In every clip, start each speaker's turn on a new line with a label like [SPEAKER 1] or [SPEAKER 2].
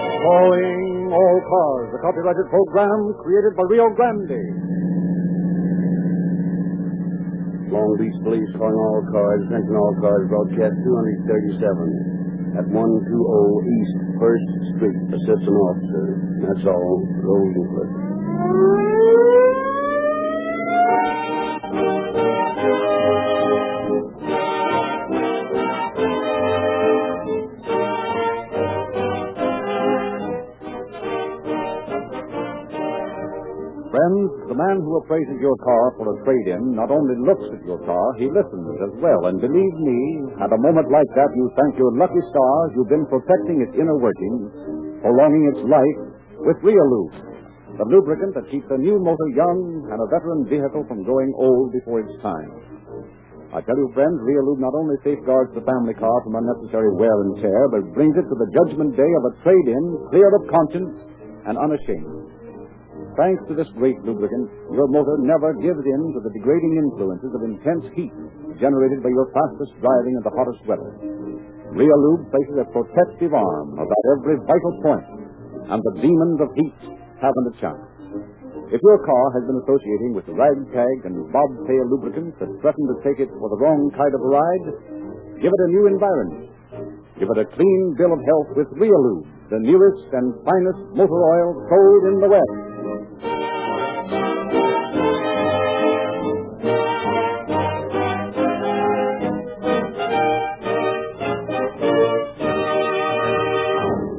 [SPEAKER 1] Calling all cars. A copyrighted program created by Rio Grande.
[SPEAKER 2] Long Beach Police calling all cars, attention all cars, broadcast 237 at 120 East 1st Street. Assistant officer. That's all. Rosenquist.
[SPEAKER 1] Friends, the man who appraises your car for a trade-in not only looks at your car, he listens as well. And believe me, at a moment like that, you thank your lucky stars you've been protecting its inner workings, prolonging its life with Rheolube, the lubricant that keeps a new motor young and a veteran vehicle from going old before its time. I tell you, friends, Rheolube not only safeguards the family car from unnecessary wear and tear, but brings it to the judgment day of a trade-in, clear of conscience and unashamed. Thanks to this great lubricant, your motor never gives in to the degrading influences of intense heat generated by your fastest driving in the hottest weather. Rheolube places a protective arm about every vital point, and the demons of heat haven't a chance. If your car has been associating with ragtag and bobtail lubricants that threaten to take it for the wrong kind of a ride, give it a new environment. Give it a clean bill of health with Rheolube, the newest and finest motor oil sold in the West.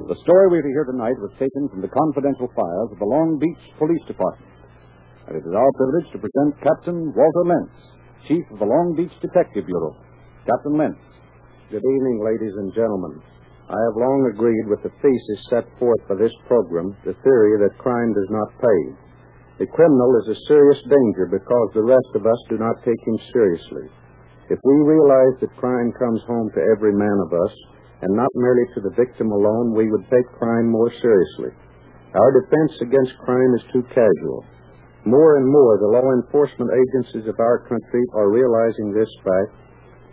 [SPEAKER 1] The story we hear tonight was taken from the confidential files of the Long Beach Police Department. And it is our privilege to present Captain Walter Lentz, Chief of the Long Beach Detective Bureau. Captain Lentz.
[SPEAKER 3] Good evening, ladies and gentlemen. I have long agreed with the thesis set forth for this program, the theory that crime does not pay. The criminal is a serious danger because the rest of us do not take him seriously. If we realize that crime comes home to every man of us, and not merely to the victim alone, we would take crime more seriously. Our defense against crime is too casual. More and more, the law enforcement agencies of our country are realizing this fact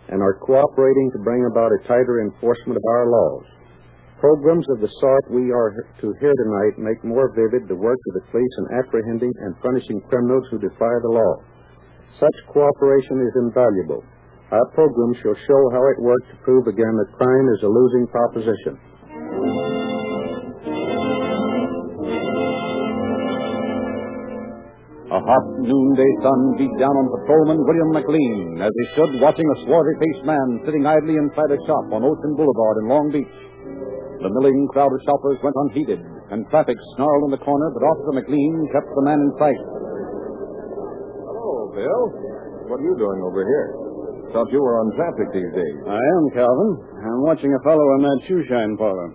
[SPEAKER 3] and are cooperating to bring about a tighter enforcement of our laws. Programs of the sort we are to hear tonight make more vivid the work of the police in apprehending and punishing criminals who defy the law. Such cooperation is invaluable. Our program shall show how it worked to prove again that crime is a losing proposition.
[SPEAKER 1] A hot noonday sun beat down on patrolman William McLean as he stood watching a swarthy-faced man sitting idly inside a shop on Ocean Boulevard in Long Beach. The milling crowd of shoppers went unheeded, and traffic snarled in the corner, but Officer McLean kept the man in sight.
[SPEAKER 4] Hello, Bill. What are you doing over here? Thought you were on traffic these days.
[SPEAKER 2] I am, Calvin. I'm watching a fellow in that shoe shine parlor.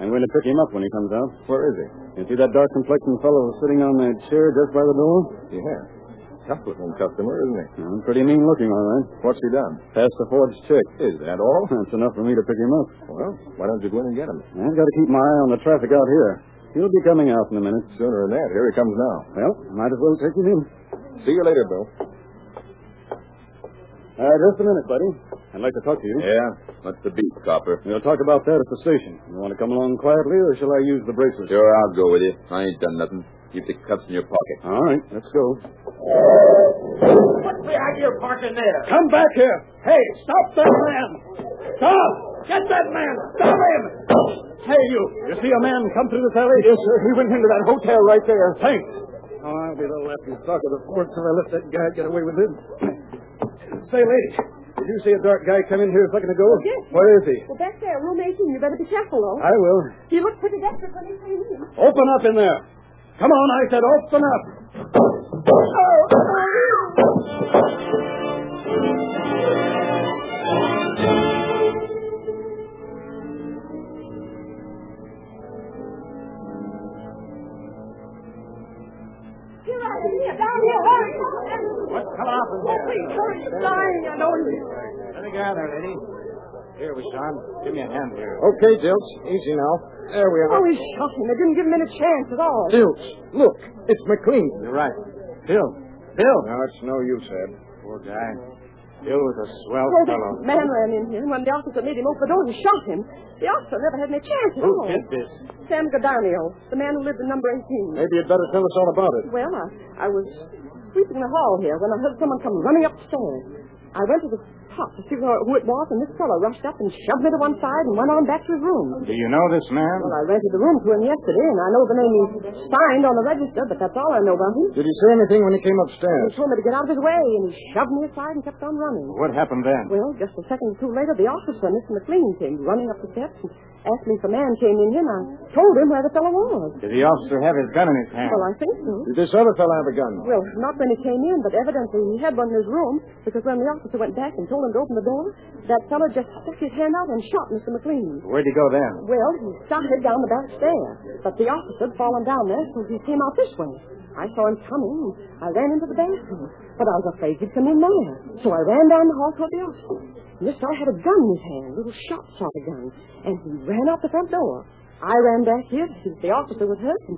[SPEAKER 2] I'm going to pick him up when he comes out.
[SPEAKER 4] Where is he?
[SPEAKER 2] You see that dark complexioned fellow sitting on that chair just by the door?
[SPEAKER 4] Yeah. Tough looking customer, isn't he?
[SPEAKER 2] Yeah, Mm, pretty mean looking, all right.
[SPEAKER 4] What's he done?
[SPEAKER 2] Passed the Ford's chick.
[SPEAKER 4] Is that all?
[SPEAKER 2] That's enough for me to pick him up.
[SPEAKER 4] Well, why don't you go in and get him?
[SPEAKER 2] I've got to keep my eye on the traffic out here. He'll be coming out in a minute.
[SPEAKER 4] Sooner than that, here he comes now.
[SPEAKER 2] Well, might as well take him in.
[SPEAKER 4] See you later, Bill.
[SPEAKER 2] Uh, just a minute, buddy. I'd like to talk to you.
[SPEAKER 4] Yeah, what's the beat, copper?
[SPEAKER 2] We'll talk about that at the station. You want to come along quietly, or shall I use the bracelet?
[SPEAKER 4] Sure, I'll go with you. I ain't done nothing. Keep the cuffs in your pocket.
[SPEAKER 2] All right, let's go.
[SPEAKER 5] What's the idea of parking there?
[SPEAKER 6] Come back here.
[SPEAKER 5] Hey, stop that man! Stop! Get that man! Stop him!
[SPEAKER 6] Hey, you. You see a man come through this alley?
[SPEAKER 2] Yes, sir. He went into that hotel right there.
[SPEAKER 6] Thanks. Oh, I'll be the laughing stock of the fort till I let that guy get away with it. Say, lady, did you see a dark guy come in here a second ago?
[SPEAKER 3] Oh,
[SPEAKER 7] Yes.
[SPEAKER 6] Where is he?
[SPEAKER 7] Well, back there, room 18. You better be careful, though.
[SPEAKER 6] I will.
[SPEAKER 7] You look pretty desperate when you see me.
[SPEAKER 6] Open up in there. Come on, I said, open up.
[SPEAKER 7] Oh, Here I am, here, down here, hurry.
[SPEAKER 5] What's come off in
[SPEAKER 7] Oh, please, hurry. You're dying, I know you.
[SPEAKER 5] Let me gather, lady. Here, Wishon. Give me a hand here.
[SPEAKER 3] Okay, Dilts. Easy now. There we
[SPEAKER 7] Oh, he's shocking. They didn't give him any chance at all.
[SPEAKER 3] Dilts, look. It's McLean.
[SPEAKER 5] You're right. Bill. Bill.
[SPEAKER 3] No, it's no use, Ed.
[SPEAKER 5] Poor guy. Bill was a swell
[SPEAKER 7] Oh, that
[SPEAKER 5] fellow.
[SPEAKER 7] man ran in here, and when the officer made him open the door, he shot him. The officer never had any chance at all.
[SPEAKER 5] did this?
[SPEAKER 7] Sam Godonio, the man who lived in number 18.
[SPEAKER 4] Maybe you'd better tell us all about it.
[SPEAKER 7] Well, I, I was sweeping the hall here when I heard someone come running upstairs. I went to the top to see who, who it was, and this fellow rushed up and shoved me to one side and went on back to his room.
[SPEAKER 3] Do you know this man?
[SPEAKER 7] Well, I rented the room to him yesterday, and I know the name he signed on the register, but that's all I know about him.
[SPEAKER 4] Did he say anything when he came
[SPEAKER 7] He
[SPEAKER 4] upstairs?
[SPEAKER 7] told me to get out of his way, and he shoved me aside and kept on running.
[SPEAKER 3] What happened then?
[SPEAKER 7] Well, just a second or two later, the officer, Mr. McLean, came running up the steps and asked me if a man came in here, and I told him where the fellow was.
[SPEAKER 3] Did the officer have his gun in his hand?
[SPEAKER 7] Well, I think so.
[SPEAKER 4] Did this other fellow have a gun?
[SPEAKER 7] Well, not when he came in, but evidently he had one in his room, because when the officer went back and told him to open the door, that fellow just stuck his hand out and shot Mr. McLean.
[SPEAKER 3] Where'd he go then?
[SPEAKER 7] Well, he started down the back stair, but the officer had fallen down there, so he came out this way. I saw him coming, and I ran into the bathroom, but I was afraid he'd come in there, so I ran down the hall toward the officer. This fellow had a gun in his hand, a little shot sort of gun, and he ran out the front door. I ran back here to see if the officer was hurt, and,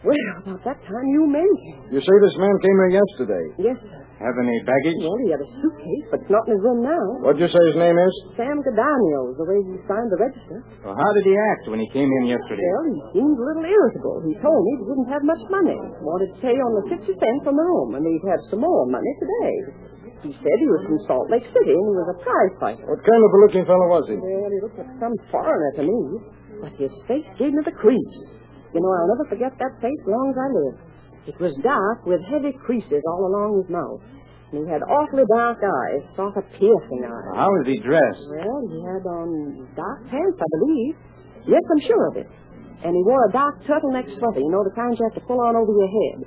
[SPEAKER 7] well, about that time you made him.
[SPEAKER 4] You say this man came here yesterday.
[SPEAKER 7] Yes, sir.
[SPEAKER 3] Have any baggage?
[SPEAKER 7] Well, he had a suitcase, but it's not in his room now.
[SPEAKER 4] What'd you say his name is?
[SPEAKER 7] Sam Godonio is the way he signed the register.
[SPEAKER 3] Well, how did he act when he came in yesterday?
[SPEAKER 7] Well, he seemed a little irritable. He told me he didn't have much money. Wanted to pay on the 50 cents on the room, and he'd have some more money today. He said he was from Salt Lake City and he was a prize fighter.
[SPEAKER 4] What kind of a looking fellow was he?
[SPEAKER 7] Well, he looked like some foreigner to me, but his face gave me the creeps. You know, I'll never forget that face long as I live. It was dark with heavy creases all along his mouth. And he had awfully dark eyes, sort of piercing eyes.
[SPEAKER 3] How was he dressed?
[SPEAKER 7] Well, he had on dark pants, I believe. Yes, I'm sure of it. And he wore a dark turtleneck sweater, you know, the kind you have to pull on over your head.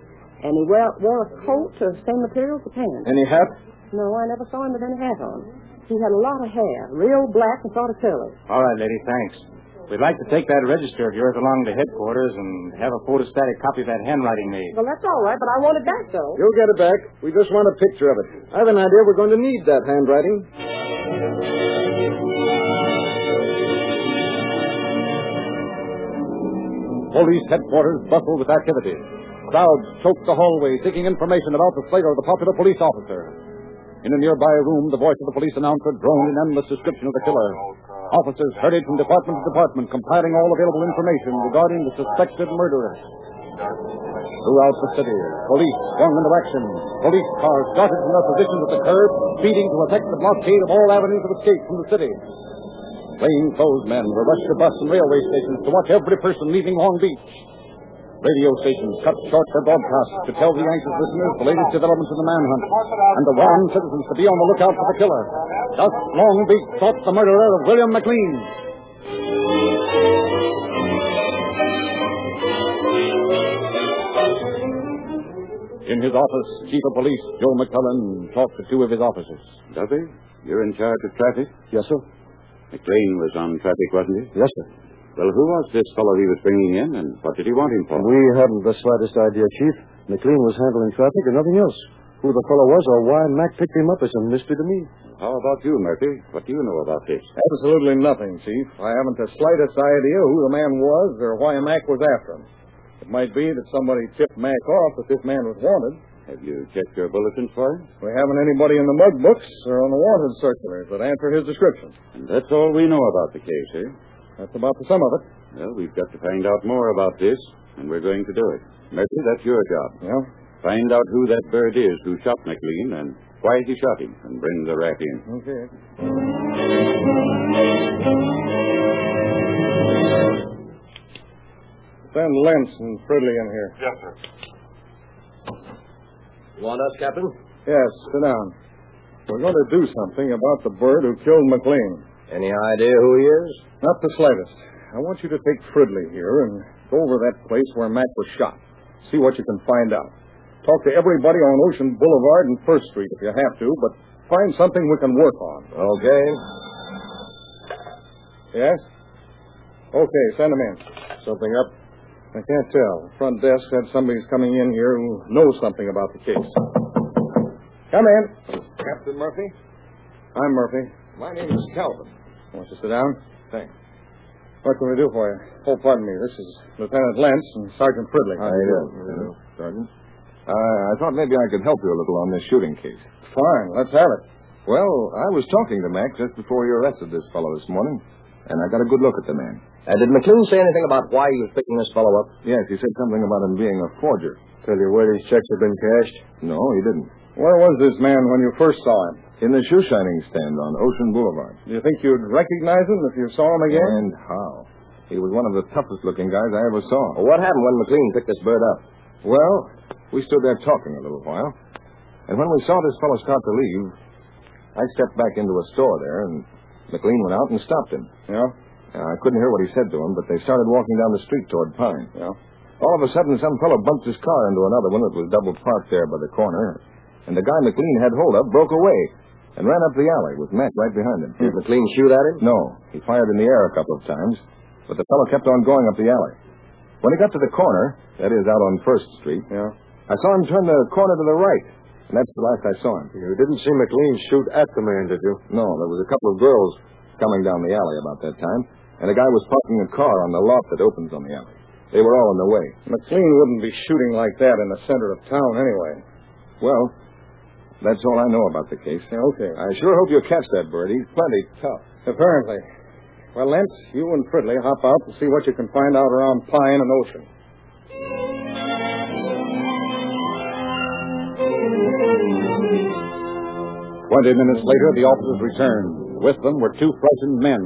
[SPEAKER 7] And he wore, wore a coat of the same material as the pants.
[SPEAKER 4] Any hat?
[SPEAKER 7] No, I never saw him with any hat on. He had a lot of hair, real black and sort of curly.
[SPEAKER 3] All right, lady, thanks. We'd like to take that register of yours along to headquarters and have a photostatic copy of that handwriting made.
[SPEAKER 7] Well, that's all right, but I want it back, though.
[SPEAKER 4] You'll get it back. We just want a picture of it. I have an idea we're going to need that handwriting.
[SPEAKER 1] Police headquarters bustled with activity. Crowds choked the hallway seeking information about the slayer of the popular police officer. In a nearby room, the voice of the police announcer droned an endless description of the killer. Officers hurried from department to department, compiling all available information regarding the suspected murderer. Throughout the city, police swung into action. Police cars darted from their positions at the curb, speeding to effect the blockade of all avenues of escape from the city. Plainclothes men were rushed to bus and railway stations to watch every person leaving Long Beach. Radio stations cut short their broadcasts to tell the anxious listeners the latest developments of the manhunt and to warn citizens to be on the lookout for the killer. Thus, Long Beach sought the murderer of William McLean. In his office, Chief of Police Joe McClellan talked to two of his officers.
[SPEAKER 8] Duffy, you're in charge of traffic?
[SPEAKER 1] Yes, sir.
[SPEAKER 8] McLean was on traffic, wasn't he?
[SPEAKER 9] Yes, sir.
[SPEAKER 8] Well, who was this fellow he was bringing in, and what did he want him for?
[SPEAKER 9] We hadn't the slightest idea, Chief. McLean was handling traffic and nothing else. Who the fellow was or why Mac picked him up is a mystery to me.
[SPEAKER 8] How about you, Murphy? What do you know about this?
[SPEAKER 4] Absolutely nothing, Chief. I haven't the slightest idea who the man was or why Mac was after him. It might be that somebody tipped Mac off that this man was wanted.
[SPEAKER 8] Have you checked your bulletins for him?
[SPEAKER 4] We haven't anybody in the mug books or on the wanted circulars that answer his description.
[SPEAKER 8] And that's all we know about the case, eh?
[SPEAKER 4] That's about the sum of it.
[SPEAKER 8] Well, we've got to find out more about this, and we're going to do it. Murphy, that's your job.
[SPEAKER 4] Yeah?
[SPEAKER 8] Find out who that bird is who shot McLean and why he shot him, and bring the rat in.
[SPEAKER 4] Okay. Send Lentz and Fridley in here.
[SPEAKER 10] Yes, sir.
[SPEAKER 8] Want us, Captain?
[SPEAKER 4] Yes, sit down. We're going to do something about the bird who killed McLean.
[SPEAKER 8] Any idea who he is?
[SPEAKER 4] Not the slightest. I want you to take Fridley here and go over that place where Mac was shot. See what you can find out. Talk to everybody on Ocean Boulevard and First Street if you have to, but find something we can work on.
[SPEAKER 8] Okay.
[SPEAKER 4] Yes? Okay, send him in. Something up? I can't tell. The front desk said somebody's coming in here who knows something about the case. Come in.
[SPEAKER 6] Captain Murphy?
[SPEAKER 4] I'm Murphy.
[SPEAKER 6] My name is Calvin.
[SPEAKER 4] Want you to sit down?
[SPEAKER 6] Thanks.
[SPEAKER 4] What can we do for you? Oh, pardon me. This is Lieutenant Lentz and Sergeant Fridley.
[SPEAKER 6] How do you do, Sergeant? Uh, I thought maybe I could help you a little on this shooting case.
[SPEAKER 4] Fine. Let's have it.
[SPEAKER 6] Well, I was talking to Mac just before you arrested this fellow this morning.
[SPEAKER 4] and I got a good look at the man.
[SPEAKER 8] Uh, did McLean say anything about why he was picking this fellow up?
[SPEAKER 4] Yes, he said something about him being a forger.
[SPEAKER 2] Tell you where these checks have been cashed?
[SPEAKER 4] No, he didn't.
[SPEAKER 6] Where was this man when you first saw him?
[SPEAKER 4] In the shoe shining stand on Ocean Boulevard.
[SPEAKER 6] Do you think you'd recognize him if you saw him again?
[SPEAKER 4] And how? He was one of the toughest looking guys I ever saw.
[SPEAKER 8] Well, what happened when McLean picked this bird up?
[SPEAKER 4] Well, we stood there talking a little while, and when we saw this fellow start to leave, I stepped back into a store there, and McLean went out and stopped him.
[SPEAKER 6] Yeah?
[SPEAKER 4] Now, I couldn't hear what he said to him, but they started walking down the street toward Pine.
[SPEAKER 6] Yeah.
[SPEAKER 4] All of a sudden, some fellow bumped his car into another one that was double parked there by the corner, and the guy McLean had hold of broke away and ran up the alley with Matt right behind him.
[SPEAKER 8] Did McLean shoot at him?
[SPEAKER 4] No, he fired in the air a couple of times, but the fellow kept on going up the alley. When he got to the corner, that is, out on First Street,
[SPEAKER 6] Yeah.
[SPEAKER 4] I saw him turn the corner to the right, and that's the last I saw him.
[SPEAKER 2] You didn't see McLean shoot at the man, did you?
[SPEAKER 4] No, there was a couple of girls coming down the alley about that time, and a guy was parking a car on the lot that opens on the alley. They were all in the way.
[SPEAKER 6] McLean wouldn't be shooting like that in the center of town anyway.
[SPEAKER 4] Well, that's all I know about the case.
[SPEAKER 6] Yeah, okay.
[SPEAKER 4] I sure hope you'll catch that bird. He's plenty tough.
[SPEAKER 6] Apparently. Well, Lance, you and Fridley hop out and see what you can find out around Pine and Ocean.
[SPEAKER 1] Twenty minutes later, the officers returned. With them were two frightened men.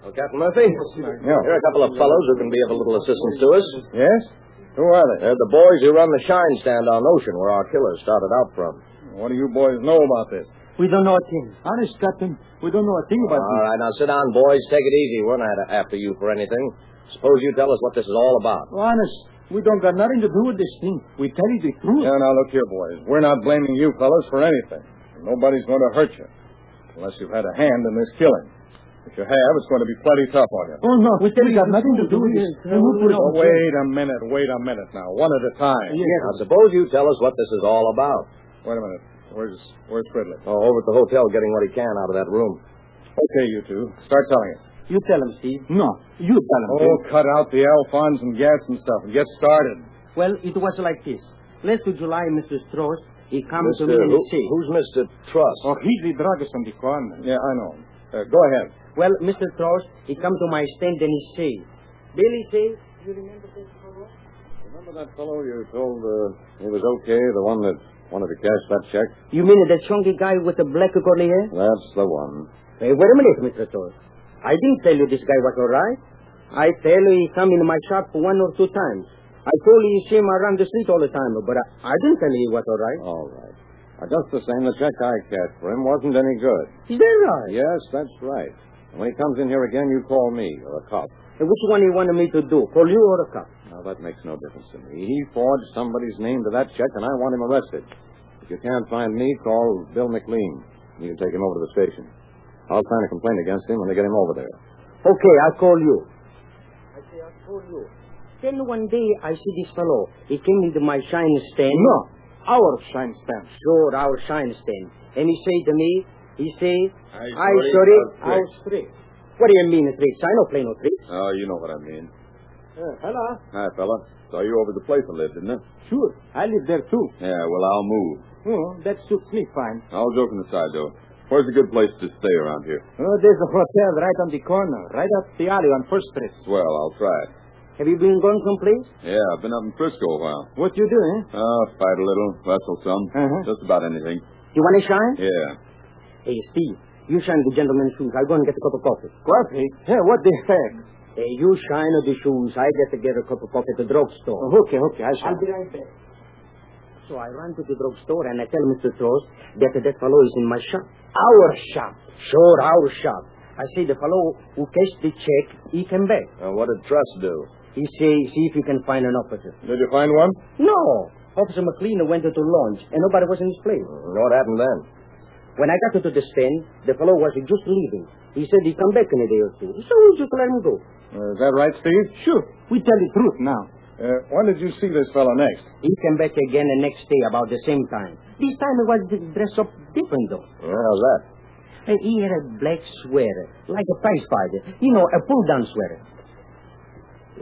[SPEAKER 8] Well, Oh, Captain Murphy,
[SPEAKER 6] Yeah.
[SPEAKER 8] here are a couple of fellows who can be of a little assistance to us.
[SPEAKER 6] Yes? Who are they?
[SPEAKER 8] They're the boys who run the shine stand on Ocean, where our killer started out from.
[SPEAKER 6] What do you boys know about this?
[SPEAKER 5] We don't know a thing.
[SPEAKER 11] Honest, Captain, we don't know a thing about
[SPEAKER 8] All right, now sit down, boys. Take it easy. We're not after you for anything. Suppose you tell us what this is all about.
[SPEAKER 11] Honest, we don't got nothing to do with this thing. We tell you the truth.
[SPEAKER 6] Yeah, now look here, boys. We're not blaming you fellows for anything. Nobody's going to hurt you. Unless you've had a hand in this killing. If you have, it's going to be plenty tough on you.
[SPEAKER 11] Oh, no, we tell you got nothing to do with this. We will put it
[SPEAKER 6] Oh,
[SPEAKER 11] on
[SPEAKER 6] wait a minute, wait a minute now. One at a time.
[SPEAKER 8] Now, suppose you tell us what this is all about.
[SPEAKER 6] Wait a minute. Where's where's Fridley?
[SPEAKER 8] Oh, over at the hotel, getting what he can out of that room.
[SPEAKER 6] Okay, you two. Start telling it.
[SPEAKER 11] You tell him, Steve. No, you tell him.
[SPEAKER 6] Oh, cut out the Alphonse and Gadsden stuff and get started.
[SPEAKER 5] Well, it was like this. Last July, Mr. Strauss, he come to me
[SPEAKER 8] Mr.
[SPEAKER 5] and
[SPEAKER 8] Who,
[SPEAKER 5] he say, Oh,
[SPEAKER 8] who's Mr. Truss?
[SPEAKER 6] Heatley Dragason, the Yeah, I know. Uh, go ahead.
[SPEAKER 5] well, Mr. Strauss, he come to my stand and he say, Billy say,
[SPEAKER 2] Remember that fellow you told uh, he was okay, the one that wanted to cash that check?
[SPEAKER 5] you mean that chunky guy with the black curly hair?
[SPEAKER 2] That's the one.
[SPEAKER 5] Hey, wait a minute, Mr. Strauss. I didn't tell you this guy was all right. I tell you he come in my shop one or two times. I told you he see him around the street all the time, but uh, I, I didn't tell you he was all right.
[SPEAKER 2] All right. Uh, just the same, the check I cashed for him wasn't any good.
[SPEAKER 5] Is that right?
[SPEAKER 2] Yes, that's right. And when he comes in here again, you call me or a cop.
[SPEAKER 5] Hey, which one he wanted me to do, call you or a cop?
[SPEAKER 2] Now, that makes no difference to me. He forged somebody's name to that check, and I want him arrested. If you can't find me, call Bill McLean. You can take him over to the station. I'll sign a complaint against him when they get him over there.
[SPEAKER 5] Okay, I call you. I say, I call you. Then one day I see this fellow. He came into my shine stand.
[SPEAKER 11] No, our shine stand.
[SPEAKER 5] Sure, our shine stand. And he say to me, he say,
[SPEAKER 2] I saw
[SPEAKER 5] I
[SPEAKER 2] it
[SPEAKER 5] sorry,
[SPEAKER 2] out
[SPEAKER 5] I was trick. What do you mean a trick? I know play no tricks.
[SPEAKER 2] Oh, you know what I mean.
[SPEAKER 5] hello.
[SPEAKER 2] Hi, fella. Saw you over the place I lived, didn't I?
[SPEAKER 11] Sure, I live there too.
[SPEAKER 2] Yeah, well, I'll move. Hmm?
[SPEAKER 11] Oh, that suits me fine.
[SPEAKER 2] All joking aside, though, where's a good place to stay around here?
[SPEAKER 11] Oh, there's a hotel right on the corner, right up the alley on First Street.
[SPEAKER 2] Well, I'll try it.
[SPEAKER 5] Have you been gone someplace?
[SPEAKER 2] Yeah, I've been up in Frisco a while.
[SPEAKER 11] What you doing?
[SPEAKER 2] Oh, fight a little, wrestle some.
[SPEAKER 11] Uh-huh.
[SPEAKER 2] Just about anything.
[SPEAKER 5] You want to shine?
[SPEAKER 2] Yeah.
[SPEAKER 5] Hey, Steve, you shine the gentleman's shoes. I go and get a cup of coffee.
[SPEAKER 11] Coffee? Hey, what the heck?
[SPEAKER 5] Hey, you shine the shoes. I get to get a cup of coffee at the drugstore.
[SPEAKER 11] Oh, okay, okay, I shall.
[SPEAKER 5] be right back. So I run to the drugstore and I tell Mr. Trost that that fellow is in my shop. Our shop. Sure, our shop. I say the fellow who cashed the check, he came back.
[SPEAKER 8] Uh, what did Truss do?
[SPEAKER 5] He say, see if you can find an officer.
[SPEAKER 6] Did you find one?
[SPEAKER 5] No. Officer McLean went to lunch and nobody was in his place.
[SPEAKER 8] What happened then?
[SPEAKER 5] When I got to the stand, the fellow was just leaving. He said he come back in a day or two. So we just let him go.
[SPEAKER 6] Uh, is that right, Steve? Sure.
[SPEAKER 11] We tell the truth now.
[SPEAKER 6] Uh, when did you see this fellow next?
[SPEAKER 5] He came back again the next day about the same time. This time he was dressed up different though.
[SPEAKER 8] Well, how's that?
[SPEAKER 5] And he had a black sweater, like a prize fighter. You know, a pull-down sweater.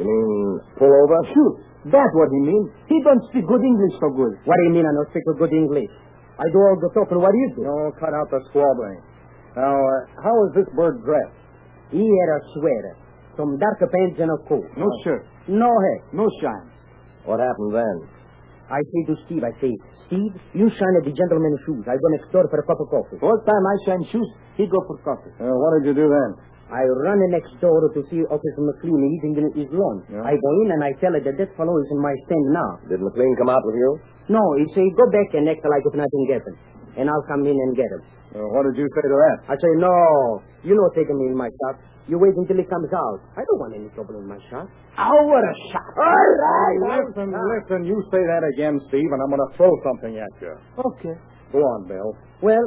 [SPEAKER 8] You mean pull over?
[SPEAKER 11] Sure, that's what he mean. He don't speak good English so good.
[SPEAKER 5] What do you mean I don't speak a good English? I do all the talking. What do you do?
[SPEAKER 6] No, cut out the squabbling. Now, uh, how is this bird dressed?
[SPEAKER 5] Here, I swear. Some dark pants and a coat.
[SPEAKER 12] No shirt,
[SPEAKER 5] No hat.
[SPEAKER 12] no shine.
[SPEAKER 8] What happened then?
[SPEAKER 5] I say to Steve, I say, Steve, you shine at the gentleman's shoes. I go next door for a cup of coffee.
[SPEAKER 12] First time I shine shoes, he go for coffee.
[SPEAKER 6] Uh, what did you do then?
[SPEAKER 5] I run next door to see Officer McLean eating in his lunch. I go in and I tell her that that fellow is in my stand now.
[SPEAKER 8] Did McLean come out with you?
[SPEAKER 5] No, he say, go back and act like if nothing happened. And I'll come in and get him.
[SPEAKER 6] Uh, what did you say to that?
[SPEAKER 5] I say, no, you not taking me in my shop. You wait until he comes out. I don't want any trouble in my shop.
[SPEAKER 12] Our shop.
[SPEAKER 5] All right.
[SPEAKER 6] Listen, listen, you say that again, Steve, and I'm going to throw something at you.
[SPEAKER 5] Okay.
[SPEAKER 6] Go on, Bill.
[SPEAKER 5] Well,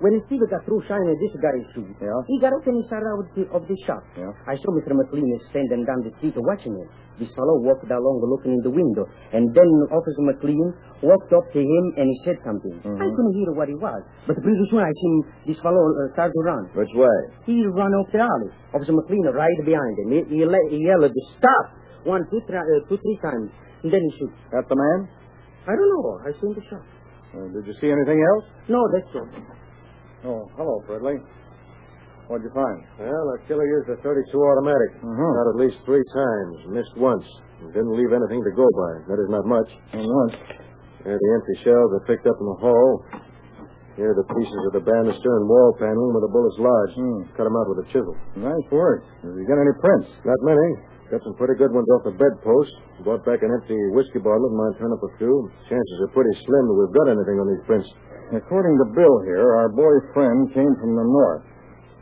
[SPEAKER 5] when Steve got through shining this guy's shoes,
[SPEAKER 6] Yeah?
[SPEAKER 5] he got up and he started out of the, of the shop.
[SPEAKER 6] Yeah.
[SPEAKER 5] I saw Mr. McLean standing down the street watching him. This fellow walked along looking in the window, and then Officer McLean walked up to him and he said something.
[SPEAKER 6] Mm-hmm.
[SPEAKER 5] I couldn't hear what he was, but pretty soon I seen this fellow uh, start to run.
[SPEAKER 8] Which way?
[SPEAKER 5] He run off the alley. Officer McLean right behind him. He, he, le- he yelled, stop! One, two, three, uh, two, three times, and then he shoot.
[SPEAKER 6] That's the man?
[SPEAKER 5] I don't know. I seen the shot.
[SPEAKER 6] Uh, did you see anything else?
[SPEAKER 5] No, that's all.
[SPEAKER 6] Oh, hello, Fridley. What'd you find?
[SPEAKER 3] Well, the killer used a 32 automatic.
[SPEAKER 6] Mhm.
[SPEAKER 3] Shot at least three times, missed once, and didn't leave anything to go by. That is not much. Here are the empty shells I picked up in the hall. Here are the pieces of the banister and wall panel where the bullets lodged.
[SPEAKER 6] Hmm.
[SPEAKER 3] Cut 'em out with a chisel.
[SPEAKER 6] Nice work. Did you get any prints?
[SPEAKER 3] Not many. Got some pretty good ones off the bedpost. Brought back an empty whiskey bottle and might turn up a few. Chances are pretty slim that we've got anything on these prints.
[SPEAKER 6] According to Bill here, our boyfriend came from the north.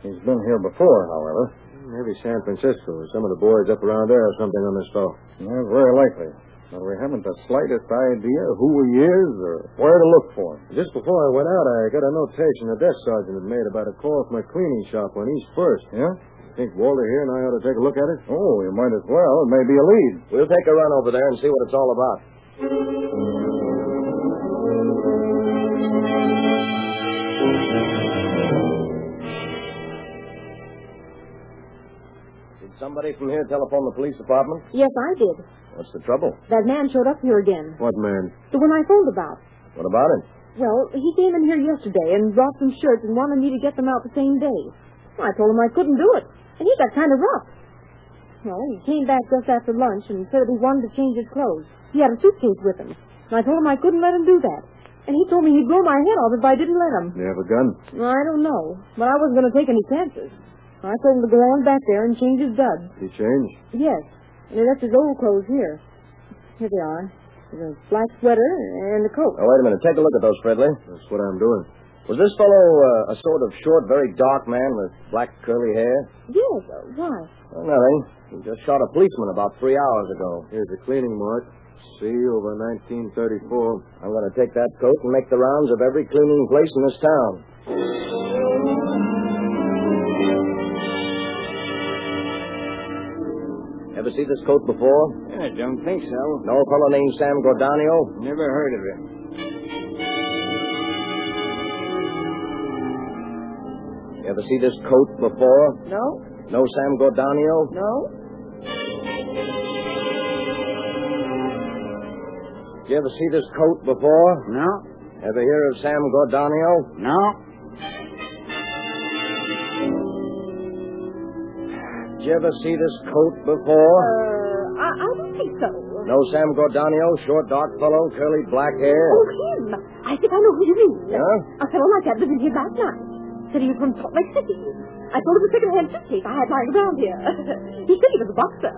[SPEAKER 6] He's been here before, however.
[SPEAKER 3] Maybe San Francisco or some of the boys up around there or something on this fellow.
[SPEAKER 6] Yeah, very likely. But we haven't the slightest idea who he is or where to look for him.
[SPEAKER 3] Just before I went out, I got a notation the desk sergeant had made about a call from a cleaning shop on East First.
[SPEAKER 6] Yeah?
[SPEAKER 3] Think Walter here and I ought to take a look at it?
[SPEAKER 6] Oh, you might as well. It may be a lead.
[SPEAKER 8] We'll take a run over there and see what it's all about. Did somebody from here telephone the police department?
[SPEAKER 13] Yes, I did.
[SPEAKER 8] What's the trouble?
[SPEAKER 13] That man showed up here again.
[SPEAKER 3] What man?
[SPEAKER 13] The one I phoned about.
[SPEAKER 8] What about it?
[SPEAKER 13] Well, he came in here yesterday and brought some shirts and wanted me to get them out the same day. I told him I couldn't do it, and he got kind of rough. Well, he came back just after lunch and said that he wanted to change his clothes. He had a suitcase with him, and I told him I couldn't let him do that. And he told me he'd blow my head off if I didn't let him.
[SPEAKER 3] Do you have a gun?
[SPEAKER 13] I don't know, but I wasn't going to take any chances. I told him to go on back there and change his duds.
[SPEAKER 3] He changed?
[SPEAKER 13] Yes. He left his old clothes here. Here they are. There's a black sweater and a coat.
[SPEAKER 8] Now, wait a minute. Take a look at those, Fridley.
[SPEAKER 3] That's what I'm doing.
[SPEAKER 8] Was this fellow uh, a sort of short, very dark man with black curly hair?
[SPEAKER 13] Yes. uh, Why?
[SPEAKER 8] Well, nothing. He just shot a policeman about three hours ago.
[SPEAKER 3] Here's the cleaning mark. C over 1934.
[SPEAKER 8] I'm going to take that coat and make the rounds of every cleaning place in this town. Ever see this coat before?
[SPEAKER 12] I don't think so.
[SPEAKER 8] An old fellow named Sam Gordonio?
[SPEAKER 12] Never heard of him.
[SPEAKER 8] You ever see this coat before?
[SPEAKER 13] No.
[SPEAKER 8] No Sam Gordonio?
[SPEAKER 13] No.
[SPEAKER 8] You ever see this coat before?
[SPEAKER 12] No,
[SPEAKER 8] Ever hear of Sam Gordonio?
[SPEAKER 12] no.
[SPEAKER 8] Did you ever see this coat before?
[SPEAKER 13] Uh, I, I don't think so.
[SPEAKER 8] Oh. No Sam Gordonio, short, dark fellow, curly black hair.
[SPEAKER 13] Oh, him. I think I know who you mean. "Oh,
[SPEAKER 8] Yeah?
[SPEAKER 13] A fellow like that lived in here last night. Said he was from Salt Lake City. I sold him a second-hand suitcase I had lying around here. he said he was a boxer.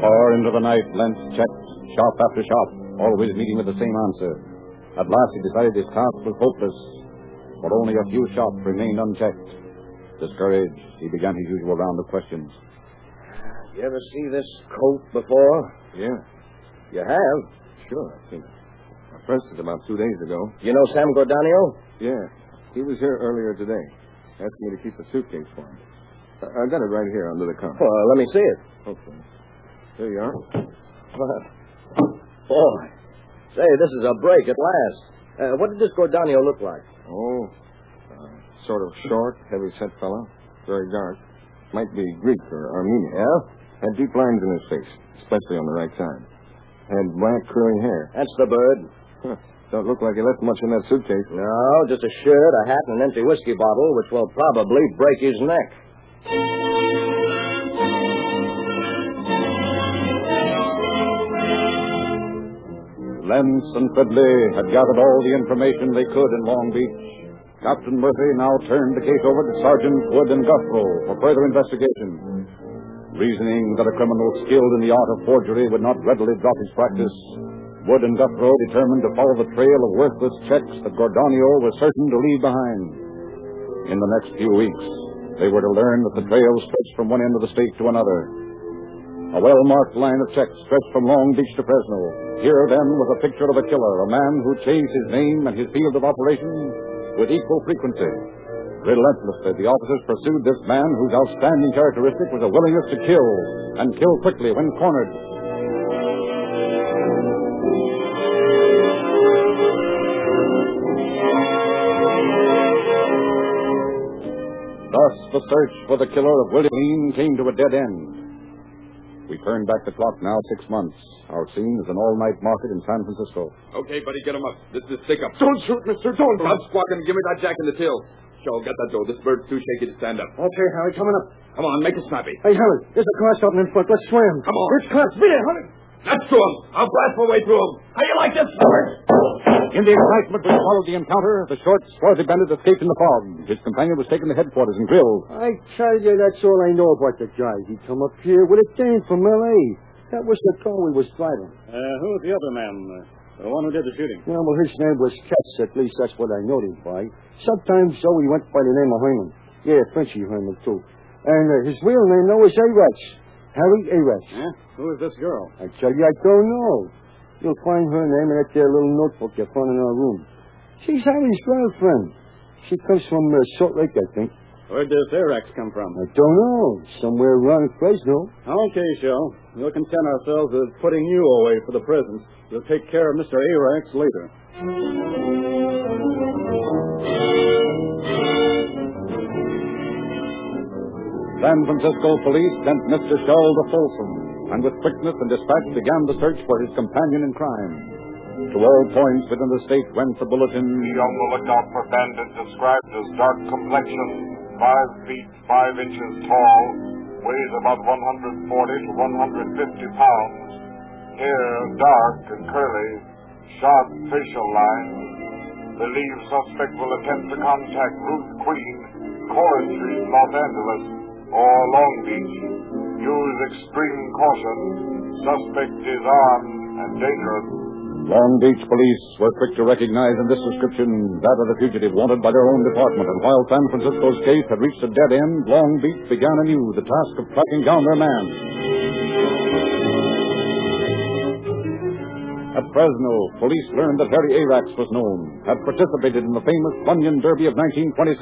[SPEAKER 1] Far into the night, Lentz checked shop after shop, always meeting with the same answer. At last he decided his task was hopeless, for only a few shops remained unchecked. Discouraged, he began his usual round of questions.
[SPEAKER 8] You ever see this coat before?
[SPEAKER 4] Yeah,
[SPEAKER 8] You have.
[SPEAKER 4] sure, I've seen it. I pressed it about two days ago.
[SPEAKER 8] You know Sam Gordonio?
[SPEAKER 4] Yeah, he was here earlier today, asking me to keep the suitcase for him. I- I've got it right here under the counter.
[SPEAKER 8] Well, let me see it.
[SPEAKER 4] Okay. There you are.
[SPEAKER 8] Boy. Say, this is a break at last. Uh, what did this Gordonio look like?
[SPEAKER 4] Oh, uh, sort of short, heavy-set fellow, very dark. Might be Greek or Armenian. Yeah? Had deep lines in his face, especially on the right side. Had black curly hair.
[SPEAKER 8] That's the bird. Don't look like you left much in that suitcase.
[SPEAKER 3] No, just a shirt, a hat, and an empty whiskey bottle, which will probably break his neck.
[SPEAKER 1] Lentz and Fridley had gathered all the information they could in Long Beach. Captain Murphy now turned the case over to Sergeant Wood and Guthrow for further investigation. Reasoning that a criminal skilled in the art of forgery would not readily drop his practice, Wood and Guthrow determined to follow the trail of worthless checks that Gordonio was certain to leave behind. In the next few weeks, they were to learn that the trail stretched from one end of the state to another. A well marked line of checks stretched from Long Beach to Fresno. Here, then, was a picture of a killer, a man who changed his name and his field of operation with equal frequency. Relentlessly, the officers pursued this man whose outstanding characteristic was a willingness to kill, and kill quickly when cornered. Thus, the search for the killer of William Lean came to a dead end. We turn back the clock now six months. Our scene is an all-night market in San Francisco.
[SPEAKER 14] Okay, buddy, get him up. This is a stick-up. Don't shoot, mister. Don't. Stop squawking. Give me that jack in the till. Joe, get that dough. This bird's too shaky to stand up.
[SPEAKER 4] Okay, Harry, coming up.
[SPEAKER 14] Come on, make it snappy.
[SPEAKER 4] Hey, Helen, there's a car stopping in front. Let's slam.
[SPEAKER 14] Come on.
[SPEAKER 4] It's cops. Be there, Helen.
[SPEAKER 14] That's to him. I'll blast my way through him. How you like this?
[SPEAKER 1] In the excitement which followed the encounter, the short, swarthy bandit escaped in the fog. His companion was taken to headquarters and grilled.
[SPEAKER 4] I tell you, that's all I know about the guy. He come up here with a gang from L.A. That was the car we was driving.
[SPEAKER 15] Uh, who was the other man? Uh, the one who did the shooting?
[SPEAKER 4] Yeah, well, his name was Katz. At least that's what I knowed him by. Sometimes, though, he went by the name of Herman. Yeah, Frenchy Herman, too. And uh, his real name, though, is Arach. Harry Arach.
[SPEAKER 15] Huh? Who is this girl?
[SPEAKER 4] I tell you, I don't know. You'll find her name in that there little notebook you found in our room. She's Harry's girlfriend. She comes from uh, Salt Lake, I think.
[SPEAKER 15] Where does Arax come from?
[SPEAKER 4] I don't know. Somewhere around Fresno.
[SPEAKER 15] Okay, Shell. We'll content ourselves with putting you away for the present. We'll take care of Mr. Arax later.
[SPEAKER 1] San Francisco police sent Mr. Shull to Folsom, and with quickness and dispatch began the search for his companion in crime. To all points within the state went the bulletin.
[SPEAKER 16] Be on the lookout for bandit described as dark complexion, five feet five inches tall, weighs about 140 to 150 pounds, hair dark and curly, sharp facial lines. Believe suspect will attempt to contact Ruth Queen, Collins Street, Los Angeles, or Long Beach. Use extreme caution. Suspect is armed and dangerous.
[SPEAKER 1] Long Beach police were quick to recognize in this description that of the fugitive wanted by their own department, and while San Francisco's case had reached a dead end, Long Beach began anew the task of tracking down their man. At Fresno, police learned that Harry Arax was known, had participated in the famous Bunyan Derby of 1927.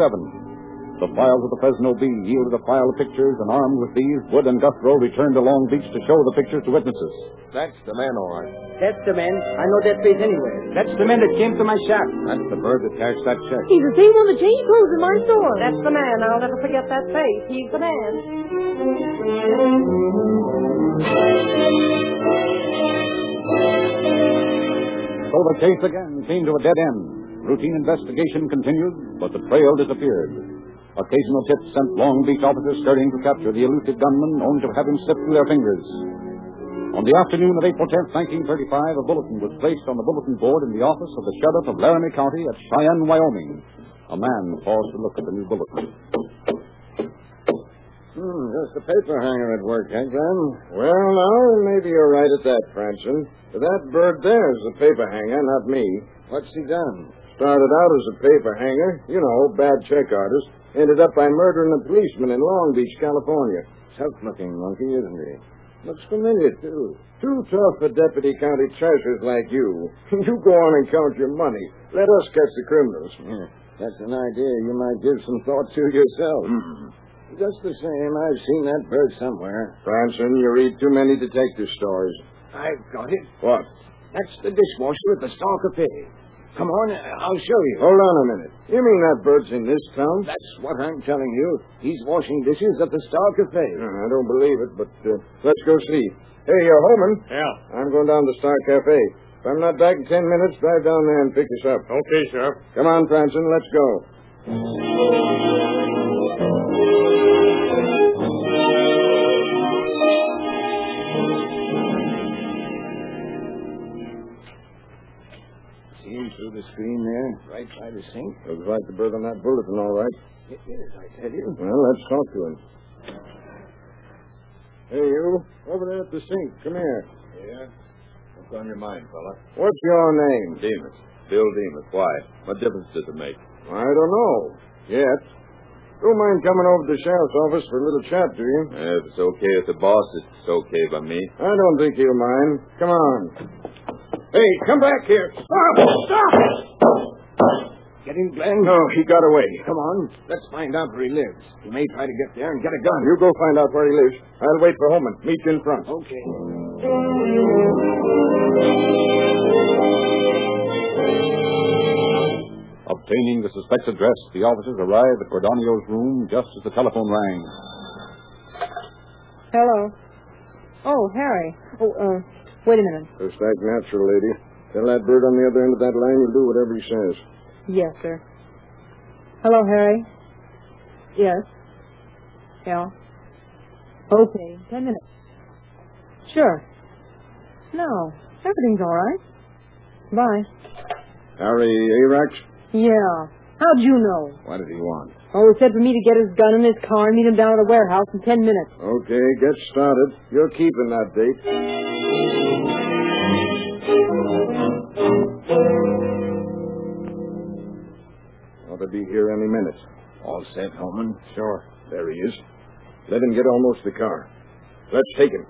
[SPEAKER 1] The files of the Fresno Bee yielded a file of pictures, and armed with these, Wood and Guthrow returned to Long Beach to show the pictures to witnesses.
[SPEAKER 3] That's the man, all right.
[SPEAKER 5] That's the man. I know that face anywhere.
[SPEAKER 15] That's the man that came to my shop.
[SPEAKER 8] That's the bird that cashed that check.
[SPEAKER 17] He's the same one that changed clothes in my store.
[SPEAKER 7] That's the man. I'll never forget that face. He's the man.
[SPEAKER 1] So the case again came to a dead end. Routine investigation continued, but the trail disappeared. Occasional tips sent Long Beach officers scurrying to capture the elusive gunman, only to have him slipped through their fingers. On the afternoon of April 10, 1935, a bulletin was placed on the bulletin board in the office of the sheriff of Laramie County at Cheyenne, Wyoming. A man paused to look at the new bulletin.
[SPEAKER 3] Hmm, just a paper hanger at work, eh, John? Well, now, maybe you're right at that, Franson. But that bird there's the paper hanger, not me. What's he done? Started out as a paper hanger, you know, bad check artist. Ended up by murdering a policeman in Long Beach, California. Tough-looking monkey, isn't he? Looks familiar, too. Too tough for deputy county treasurers like you. you go on and count your money. Let us catch the criminals. that's an idea you might give some thought to yourself. Just the same, I've seen that bird somewhere. Branson, you read too many detective stories.
[SPEAKER 4] I've got it.
[SPEAKER 3] What?
[SPEAKER 4] That's the dishwasher at the Star Cafe. Come on, I'll show you.
[SPEAKER 3] Hold on a minute. You mean that bird's in this town? That's what I'm telling you. He's washing dishes at the Star Cafe. I don't believe it, but uh, let's go see. Hey, uh, Holman.
[SPEAKER 15] Yeah.
[SPEAKER 3] I'm going down to Star Cafe.
[SPEAKER 8] If I'm not back in ten minutes, drive down there and pick us up.
[SPEAKER 14] Okay, Sheriff.
[SPEAKER 8] Come on, Franson, let's go.
[SPEAKER 2] See him through the screen there? Right by the sink?
[SPEAKER 8] Looks like the bird on that bulletin, all right.
[SPEAKER 2] It is, I tell you.
[SPEAKER 8] Well, let's talk to him. Hey, you. Over there at the sink. Come here.
[SPEAKER 14] Yeah? What's on your mind, fella?
[SPEAKER 8] What's your name?
[SPEAKER 14] Demas. Bill Demas. Why? What difference does it make?
[SPEAKER 8] I don't know. Yet. Don't mind coming over to the sheriff's office for a little chat, do you?
[SPEAKER 14] Eh, If it's okay with the boss, it's okay by me.
[SPEAKER 8] I don't think he'll mind. Come on. Hey, come back here.
[SPEAKER 14] Ah,
[SPEAKER 8] Stop! Stop!
[SPEAKER 2] Get him, Glenn?
[SPEAKER 8] No, he got away.
[SPEAKER 2] Come on. Let's find out where he lives. He may try to get there and get a gun.
[SPEAKER 8] You go find out where he lives. I'll wait for Holman. Meet you in front.
[SPEAKER 2] Okay.
[SPEAKER 1] Obtaining the suspect's address, the officers arrived at Cordonio's room just as the telephone rang.
[SPEAKER 13] Hello. Oh, Harry. Oh, uh, wait a minute.
[SPEAKER 8] Just act natural, lady. Tell that bird on the other end of that line you'll do whatever he says.
[SPEAKER 13] Yes, sir. Hello, Harry. Yes. Yeah. Okay, ten minutes. Sure. No, everything's all right. Bye.
[SPEAKER 8] Harry Arax?
[SPEAKER 13] Yeah. How'd you know?
[SPEAKER 8] What did he want?
[SPEAKER 13] Oh, he said for me to get his gun and his car and meet him down at the warehouse in ten minutes.
[SPEAKER 8] Okay, get started. You're keeping that date. Ought to be here any minute.
[SPEAKER 2] All set, Holman?
[SPEAKER 8] Sure. There he is. Let him get almost the car. Let's take him.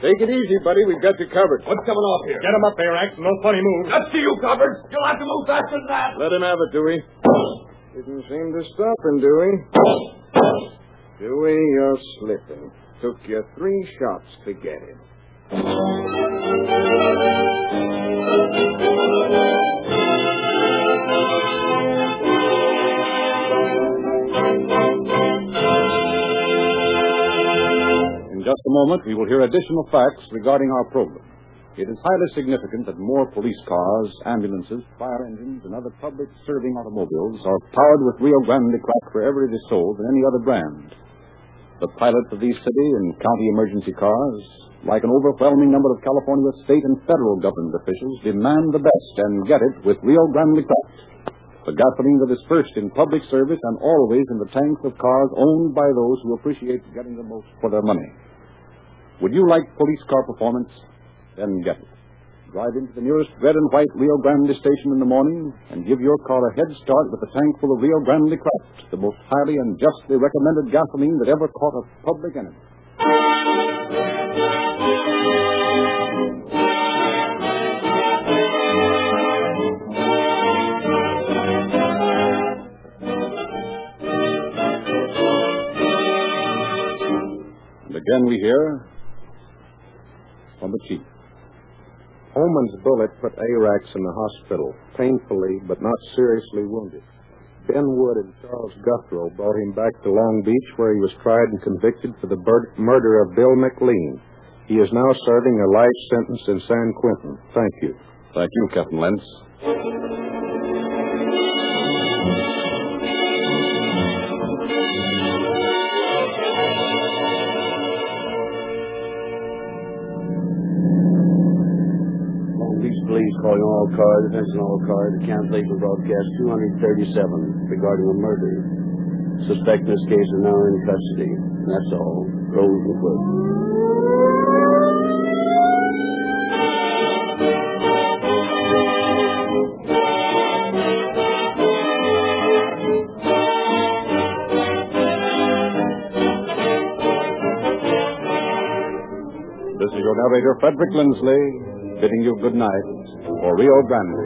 [SPEAKER 8] Take it easy, buddy. We've got you covered.
[SPEAKER 14] What's coming off here?
[SPEAKER 6] Get him up, Arax. No funny moves.
[SPEAKER 14] That's to you, Cobbers. You'll have to move faster than that.
[SPEAKER 8] Let him have it, Dewey. Didn't seem to stop him, Dewey. Dewey, you're slipping. Took you three shots to get him.
[SPEAKER 1] In just a moment, we will hear additional facts regarding our program. It is highly significant that more police cars, ambulances, fire engines, and other public serving automobiles are powered with Rio Grande crack wherever it is sold than any other brand. The pilots of these city and county emergency cars, like an overwhelming number of California state and federal government officials, demand the best and get it with Rio Grande crack. The gasoline that is first in public service and always in the tanks of cars owned by those who appreciate getting the most for their money. Would you like police car performance? Then get it. Drive into the nearest red and white Rio Grande station in the morning and give your car a head start with a tank full of Rio Grande Craft, the most highly and justly recommended gasoline that ever caught a public enemy. And again we hear from the chief.
[SPEAKER 3] Holman's bullet put Arax in the hospital, painfully but not seriously wounded. Ben Wood and Charles Guthrow brought him back to Long Beach, where he was tried and convicted for the bur- murder of Bill McLean. He is now serving a life sentence in San Quentin. Thank you.
[SPEAKER 1] Thank you, Captain Lentz.
[SPEAKER 2] Long Beach Police calling all cars, attention all cars, account legal broadcast 237 regarding a murder. Suspect in this case is now in custody. And That's all. Rosenwood.
[SPEAKER 1] This is your narrator, Frederick Lindsley, bidding you good night for Rio Grande.